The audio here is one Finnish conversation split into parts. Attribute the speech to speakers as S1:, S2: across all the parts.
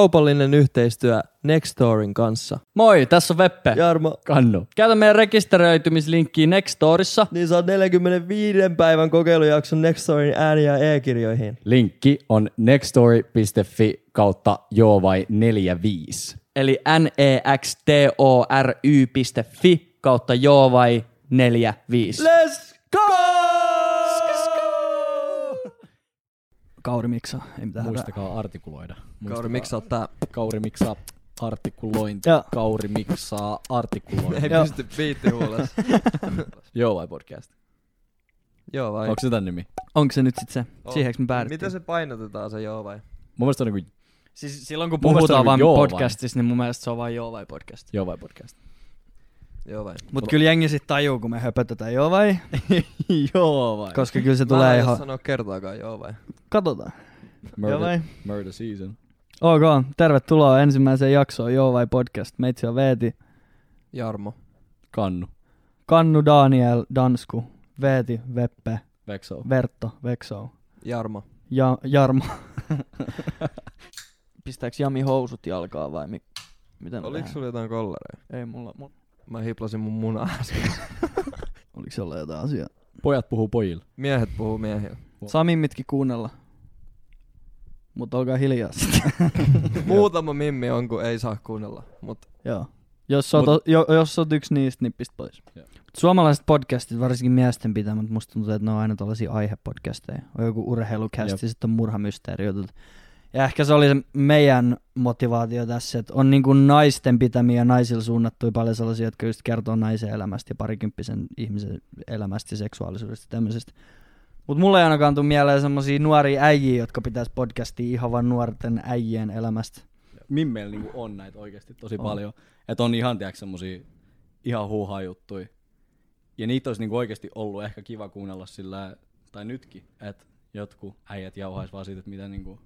S1: Kaupallinen yhteistyö Nextorin kanssa.
S2: Moi, tässä on Veppe.
S1: Jarmo,
S3: Kannu.
S2: Käytä meidän rekisteröitymislinkkiä Nextorissa.
S1: niin saa 45 päivän kokeilujakson Nextorin ääni- ja e-kirjoihin.
S3: Linkki on nextstory.fi kautta joo vai 45.
S2: Eli E nextory.fi kautta joo vai 45.
S1: Let's go!
S2: Kauri miksaa, ei mitään hätää.
S3: Muistakaa artikuloida.
S1: Kauri, miksi sä oot tää?
S3: Kauri miksaa artikulointi.
S1: Joo.
S3: Kauri miksaa artikulointi.
S1: Ei pysty biitti huulas.
S3: Joo vai podcast?
S1: joo vai?
S3: Onko se tämän nimi?
S2: Onko se nyt sit se? Siihenkö me päädyttiin?
S1: Miten Oh. se painotetaan se joo vai?
S3: Mun mielestä on niinku
S2: Siis silloin kun
S3: Mun mielestä
S2: puhutaan
S3: on
S2: vaan
S3: joo vai?
S2: podcastissa, niin mun mielestä se on vaan joo vai podcast.
S3: joo vai podcast.
S1: Joo vai?
S2: Mut kyllä jengi sit tajuu, kun me höpötetään joo vai?
S3: joo vai?
S2: Koska kyllä se
S1: Mä
S2: tulee
S1: en
S2: ihan...
S1: sanoa kertaakaan joo vai?
S2: Katsotaan.
S3: Murder,
S2: Joo vai?
S3: murder season.
S2: Ok, tervetuloa ensimmäiseen jaksoon Joo vai podcast. Meitsi on Veeti,
S1: Jarmo.
S3: Kannu.
S2: Kannu, Daniel, Dansku, Veeti, Veppe,
S3: Vexo.
S2: Vertto, Vexo,
S1: Jarmo.
S2: ja, Jarmo. Pistääks Jami housut jalkaa vai mi- miten
S1: Oliko sulla jotain kollareja?
S2: Ei mulla, mulla.
S1: Mä hiplasin mun munaa äsken.
S2: Oliko se olla jotain asiaa?
S3: Pojat puhuu pojille.
S1: Miehet puhuu miehillä.
S2: Sami mitki kuunnella. Mutta olkaa hiljaa sitten.
S1: Muutama mimmi on, kun ei saa kuunnella. Mut
S2: Joo. Jos oot, Mut, jo, jos oot yksi niistä, niin pistä pois.
S3: Joo.
S2: Suomalaiset podcastit, varsinkin miesten pitää, mutta musta tuntuu, että ne on aina tällaisia aihepodcasteja. On joku urheilukästi, sitten on murhamysteeriot. Ja ehkä se oli se meidän motivaatio tässä, että on niin kuin naisten pitämiä, naisilla suunnattuja paljon sellaisia, jotka just kertoo naisen elämästä ja parikymppisen ihmisen elämästä ja seksuaalisuudesta ja tämmöisestä. Mutta mulle ei ainakaan tule mieleen semmoisia nuoria äijiä, jotka pitäisi podcastia ihan vaan nuorten äijien elämästä.
S3: Min meillä niinku on näitä oikeasti tosi
S2: On.
S3: on. paljon. Että on ihan, tiedätkö, semmosia ihan huuhaa juttuja. Ja niitä olisi niinku oikeasti ollut ehkä kiva kuunnella sillä, tai nytkin, että jotkut äijät jauhais vaan siitä, että mitä, niinku,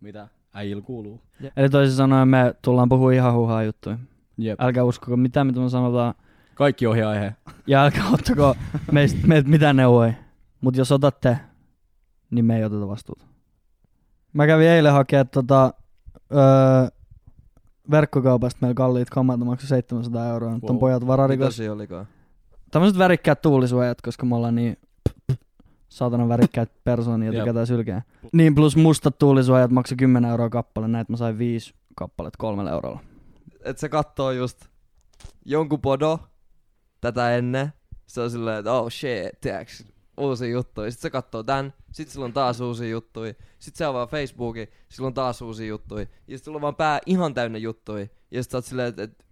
S3: mitä äijillä kuuluu.
S2: Eli toisin sanoen me tullaan puhua ihan huhaa juttuja.
S3: Jep.
S2: Älkää uskoko mitä mitä me sanotaan.
S3: Kaikki ohi aihe.
S2: Ja älkää ottako meistä, meiltä mitään neuvoja. Mutta jos otatte, niin me ei oteta vastuuta. Mä kävin eilen hakea tota, öö, verkkokaupasta meillä kalliit kamat, maksoi 700 euroa. Nyt on
S3: Wow.
S2: pojat
S1: mitä
S2: vararikos.
S1: se olikaan?
S2: Tämmöiset värikkäät tuulisuojat, koska me ollaan niin saatana värikkäät persoonia,
S3: Jep.
S2: tykätään sylkeä. Niin, plus mustat tuulisuojat maksoi 10 euroa kappale, näitä mä sain viisi kappaletta kolmella eurolla.
S1: Et se kattoo just jonkun podo tätä ennen. Se on silleen, että oh shit, tiiäks, uusi juttu. Sitten se kattoo tän, sit sillä on taas uusi juttui. Sit se avaa Facebookin, sillä on taas uusi juttui. Ja sit sulla on vaan pää ihan täynnä juttui. Ja sit sä oot silleen, että et,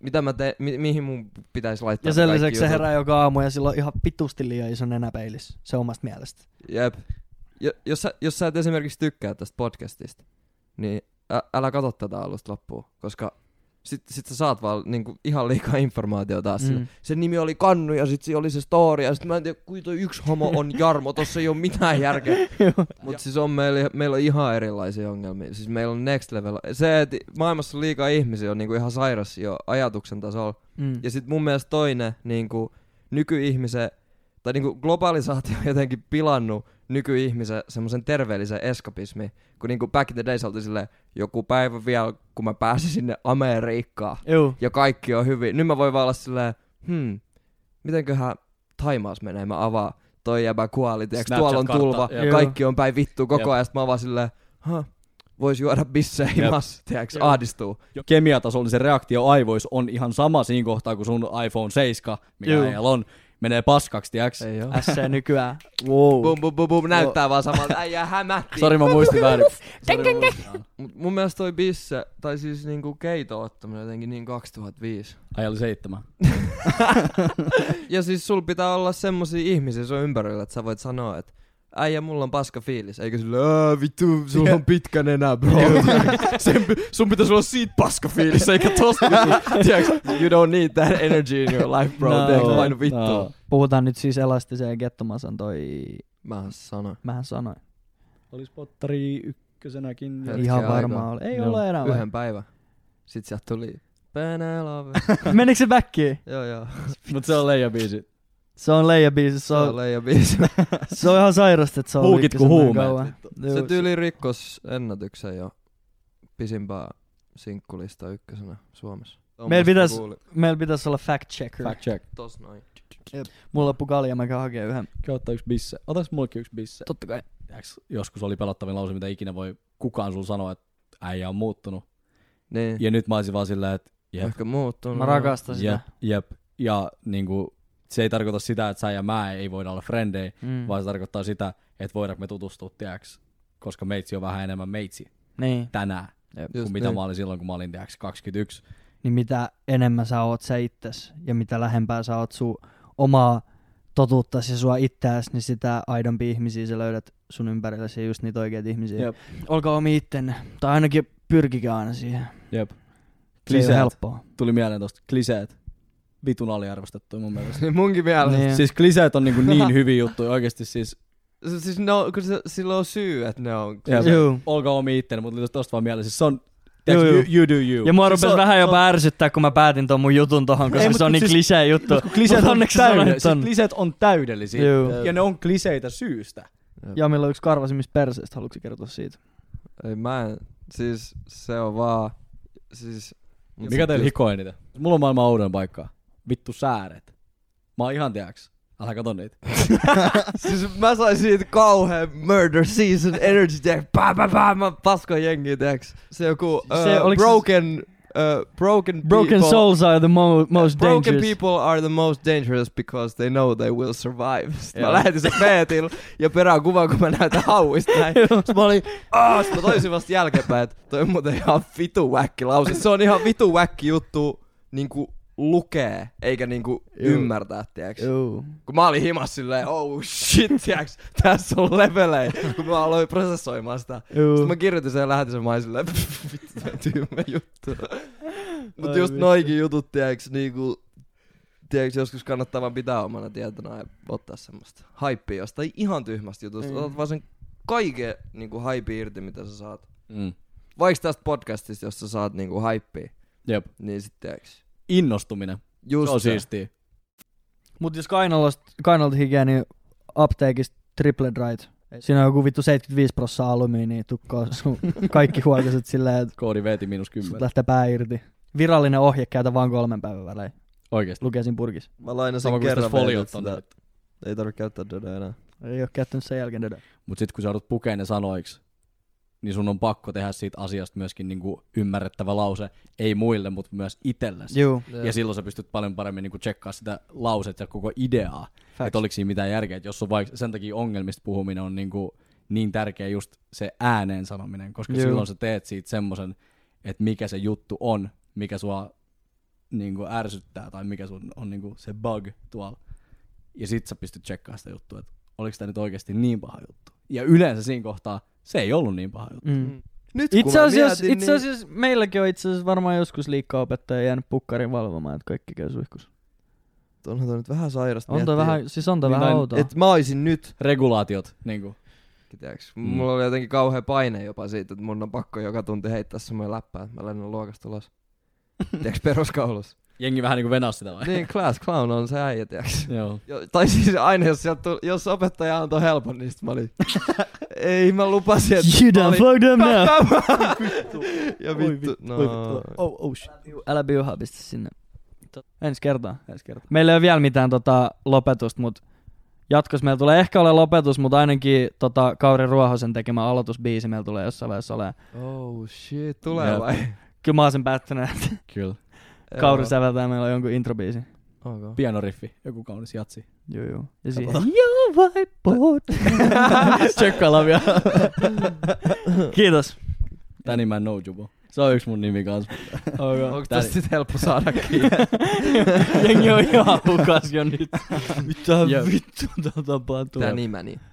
S1: mitä mä teen, mi- mihin mun pitäisi laittaa
S2: Ja
S1: ne
S2: sen
S1: kaikki
S2: lisäksi se
S1: jutut?
S2: herää joka aamu ja sillä on ihan pitusti liian iso nenäpeilis. Se omasta mielestä.
S1: Jep. Jo, jos, sä, jos sä et esimerkiksi tykkää tästä podcastista, niin ä, älä katso tätä alusta loppuun, koska sit, sit sä saat vaan niinku, ihan liikaa informaatiota taas mm.
S2: Mm.
S1: Sen nimi oli Kannu ja sit siinä oli se story ja sit mä en tiedä, kuinka toi yksi homo on Jarmo, tossa ei oo mitään järkeä. Mut siis on meillä, meillä on ihan erilaisia ongelmia. Siis meillä on next level. Se, että maailmassa on liikaa ihmisiä on niinku ihan sairas jo ajatuksen tasolla.
S2: Mm.
S1: Ja sitten mun mielestä toinen niin kuin nykyihmisen, tai niin kuin globalisaatio on jotenkin pilannut nykyihmisen semmoisen terveellisen eskapismin, kun niin kuin back in the days oltiin silleen, joku päivä vielä, kun mä pääsin sinne Amerikkaan,
S2: Juu.
S1: ja kaikki on hyvin. Nyt mä voin vaan olla silleen, hmm, mitenköhän Taimaas menee, mä avaan, toi jäbä kuoli, tiiäks, tuolla on
S3: Snapchat-kartta,
S1: tulva,
S3: jep.
S1: ja kaikki on päin vittu koko
S3: Jep.
S1: ajan, sit mä avaan silleen, huh, vois juoda bissejä
S3: Jep.
S1: mas, tiiäks,
S3: Jep.
S1: ahdistuu.
S3: Kemiatasolla se reaktio aivoissa on ihan sama siinä kohtaa, kun sun iPhone 7, mikä
S2: Juu.
S3: äijällä on, menee paskaksi, tiiäks?
S1: Ei oo.
S2: SC nykyään. Wow.
S1: Bum, bum, bum, bum, näyttää vaan samalta, äijä hämähti.
S3: Sori, mä muistin väärin. Sori, mä muistin väärin.
S1: Mut mun mielestä toi bisse, tai siis niinku keito ottaminen jotenkin niin 2005.
S3: Äijällä seitsemän.
S1: Ja siis sul pitää olla semmosia ihmisiä sun ympärillä, että sä voit sanoa, että äijä, mulla on paska fiilis. Eikö sille, "Ää, vittu, sulla on pitkä nenä, bro. Sen, pi- sun pitäisi olla siitä paska fiilis, eikä tosta. vittu. Tiiäks, you don't need that energy in your life, bro.
S2: No,
S1: No, Tiedätkö, vain vittu. No.
S3: no.
S2: Puhutaan nyt siis elastisen ja gettomasan toi...
S1: Mähän sanoin.
S2: Mähän sanoin.
S3: Oli spottari ykkösenäkin.
S1: ja-
S3: Ja...
S1: Hetki
S2: ihan
S1: aikaa.
S2: varmaan oli. Ei
S3: Joo.
S2: ole enää vai?
S1: Yhden päivän. Sit sieltä tuli, Penelope.
S2: Menikö se backiin?
S1: joo, joo.
S3: Mut se on leijän biisi.
S2: Se on leija biisi. Se
S1: Se on
S2: on,
S1: leija biisi.
S2: se on ihan sairasta, että se on
S3: Huukit kuin
S2: ykkösenä
S3: huumeet,
S2: kauan. Juu,
S1: Se tyyli rikkos ennätyksen jo pisimpää sinkkulista ykkösenä Suomessa.
S2: Meillä pitäis-
S1: Kuulin.
S2: Meillä pitäisi olla fact checker.
S3: Fact check.
S1: Tos noin.
S2: Mulla loppu kalja, mä käyn hakee yhden.
S3: Käy ottaa yksi bisse. Otas mullekin yksi bisse.
S2: Totta kai.
S3: Tiedäks, joskus oli pelottavin lause, mitä ikinä voi kukaan sulla sanoa, että äijä on muuttunut.
S1: Niin.
S3: Ja nyt mä olisin vaan sillä, että
S1: Jep.
S3: jep,
S1: Ehkä muuttunut.
S2: Mä rakastan sitä.
S3: jep, jep. Ja niinku, se ei tarkoita sitä, että sä ja mä ei voida olla frendejä,
S2: Mm.
S3: vaan se tarkoittaa sitä, että voidaanko me tutustua, tiedäks, koska meitsi on vähän enemmän meitsi
S2: Niin.
S3: tänään,
S2: Jep.
S1: Just
S3: kuin mitä
S1: niin.
S3: mä olin silloin, kun mä olin, tiedäks, 21.
S2: Niin mitä enemmän sä oot sä itses ja mitä lähempää sä oot sun omaa totuuttas ja sua itteäs, niin sitä aidompi ihmisiä sä löydät sun ympärillesi ja just niitä oikeita ihmisiä.
S3: Jep.
S2: Olkaa omi ittenne. Tai ainakin pyrkikää aina siihen.
S3: Jep.
S2: Se ei ole
S3: Kliseet.
S2: helppoa.
S3: Tuli mieleen tosta kliseet. Vitun aliarvostettu mun mielestä.
S1: Niin munkin mielestä.
S2: Niin.
S3: Siis kliseet on niinku niin hyviä juttuja oikeasti siis.
S1: Se- Siis ne on, kun se, sillä on syy, että ne on.
S3: Jep.
S2: Juu.
S3: Olkaa omi ittenne, mutta tuli tosta vaan mieleen. Siis se on,
S2: Joo,
S3: tiedätkö,
S2: joo.
S3: you, you do you.
S2: Ja mua
S3: siis se
S2: rupesi
S3: on-
S2: vähän
S3: se
S2: jopa ärsyttää, kun mä päätin ton mun jutun tohon, koska
S3: mut
S2: se on
S3: kun
S2: niin
S3: siis-
S2: klisee juttu.
S3: Mut kun kliseet
S2: Mut
S3: on
S2: onneksi sanoit
S3: täydellisiä.
S2: ton.
S3: Siis kliseet on täydellisiä.
S2: Juu.
S3: Ja ne on kliseitä syystä.
S1: siis-
S2: Ja meillä on yksi karvasimmista perseistä, haluatko kertoa siitä?
S1: Ei mä en. Siis se on vaan. Siis.
S2: Mm.
S1: mut
S3: Mikä
S1: sit
S3: teillä
S1: just-
S3: hikoo eniten? Mulla on maailman oudon paikkaa. Vittu sääret. Mä oon ihan tiiäks. Älä kato niitä.
S1: Siis mä sain siitä kauhean murder season energy tag. Pää, pää, pää, mä paskoin jengiä, teeks. Se joku
S2: Se-
S1: uh,
S2: oliks se-
S1: broken, uh, broken,
S2: Broken
S1: people.
S2: souls are the mo- most
S1: Broken
S2: dangerous.
S1: people are the most dangerous because they know they will survive. Sitten
S3: Joo.
S1: mä lähetin sen Peetil ja perään kuvan, kun mä näytän hauista näin. Sitten mä olin, aah, sit mä toisin vasta jälkeenpäin, että toi on muuten ihan vitu väkki lause. Se on ihan vitu väkki juttu niinku lukee, eikä niinku
S2: Juu.
S1: ymmärtää, tiiäks.
S2: Juu.
S1: Kun mä olin himas silleen, oh shit, tiiäks, tässä on levelejä, kun mä aloin prosessoimaan sitä.
S2: Juu.
S1: Sitten mä kirjoitin sen ja lähetin sen, mä olin silleen, "Pff, vittu, tää on tyhmä juttu. Mut
S2: Ai
S1: just
S2: vittu.
S1: noikin jutut, tiiäks, niinku, tiiäks, joskus kannattaa vaan pitää omana tietona ja ottaa semmoista hypeä jostain ihan tyhmästä jutusta.
S2: Mm.
S1: Otat vaan sen kaiken niinku hype irti, mitä sä saat.
S3: Mm.
S1: Vaikka tästä podcastista, jos sä saat niinku hypeä,
S3: Jep.
S1: niin sit tiiäks.
S3: Innostuminen.
S1: Just
S3: se on siis siistiä.
S2: Mut jos kainalosta, kainalta hikeä, niin apteekista triple right. Siinä on joku vittu 75 prossaa alumiinia tukkaa niin sun kaikki huoltoiset silleen, että
S3: Koodi veti miinus
S2: sut
S3: kymmenen.
S2: lähtee pää irti. Virallinen ohje käytä vaan kolmen päivän välein.
S3: Oikeesti.
S2: Lukee siinä purkissa.
S1: Mä lainasin
S3: Sama kuin
S1: kerran
S3: tästä
S1: vielä
S3: foliot on.
S1: sitä. Ei tarvitse käyttää dödä enää.
S2: Ei oo käyttänyt sen jälkeen tätä.
S3: Mut sit kun sä joudut pukeen ne sanoiksi, niin sun on pakko tehdä siitä asiasta myöskin niinku ymmärrettävä lause. Ei muille, mutta myös itsellesi.
S2: Juu.
S3: Ja silloin sä pystyt paljon paremmin niinku tsekkaamaan sitä lausetta ja koko ideaa.
S2: Facts.
S3: Että oliko siinä mitään järkeä, että jos on vaikka sen takia ongelmista puhuminen on niin, kuin niin tärkeä just se ääneen sanominen, koska
S2: Juu.
S3: Juu. silloin sä teet siitä semmoisen, että mikä se juttu on, mikä sua niin kuin ärsyttää tai mikä sun on niin kuin se bug tuolla. Ja sit sä pystyt tsekkaamaan sitä juttua, että oliko tämä nyt oikeasti niin paha juttu. Ja yleensä siinä kohtaa se ei ollut niin paha juttu.
S2: Mm. niin-
S1: Nyt
S2: Itse
S1: mä
S2: asiassa,
S1: mietin, niin-
S2: itse asiassa meilläkin on itse asiassa varmaan joskus liikaa opettaja jäänyt pukkarin valvomaan, että kaikki käy suihkussa.
S1: niin, onhan toi nyt vähän sairasta
S2: On toi
S1: miettiä.
S2: vähän, siis on toi
S3: Niin
S2: vähän
S3: näin,
S2: outoa.
S1: Et mä oisin nyt,
S3: Regulaatiot, niin kuin.
S1: tiedäks.
S3: Mm.
S1: Mulla oli jotenkin kauhea paine jopa siitä, että mun on pakko joka tunti heittää semmoinen läppää, että mä lennän luokasta ulos. tiedäks peruskoulussa.
S3: jengi vähän niin kuin venasi sitä vai?
S1: niin, class clown on se äijä, tiedäks.
S3: Joo.
S1: Jo, tai siis aina, jos, sieltä tuli, jos opettaja antoi helpon, niin sit mä olin, ei mä lupasin, että
S2: You
S1: mä
S2: done
S1: olin,
S2: fucked up now!
S1: Pä- pä- ja
S3: Voi
S1: vittu, no.
S3: Voi vittu. Oh, oh shit.
S2: Älä biuhaa, pistä sinne. Ensi kertaa. Ensi kertaa. Meillä ei ole vielä mitään tota, lopetusta, mutta jatkossa meillä tulee ehkä ole lopetus, mutta ainakin tota, Kauri Ruohosen tekemä aloitusbiisi meillä tulee jossain vaiheessa olemaan.
S1: Oh shit, tulee
S3: Jep.
S1: vai?
S2: Kyllä mä oon sen päättänyt, että
S3: Kyllä.
S2: Kauri säveltää meillä jonkun introbiisi.
S1: Okay.
S3: Pianoriffi, joku kaunis jatsi.
S2: Joo, joo. Ja siihen. Joo, vai pot.
S3: Tsekkaillaan vielä.
S2: Kiitos.
S3: Danny Man No Jubo. Se on yksi mun nimi kanssa.
S1: Onko tästä sit helppo saada kiinni?
S2: Jengi on ihan hukas jo nyt. Mitä
S3: Jep.
S2: vittu tota tapahtuu?
S1: Tää nimeni.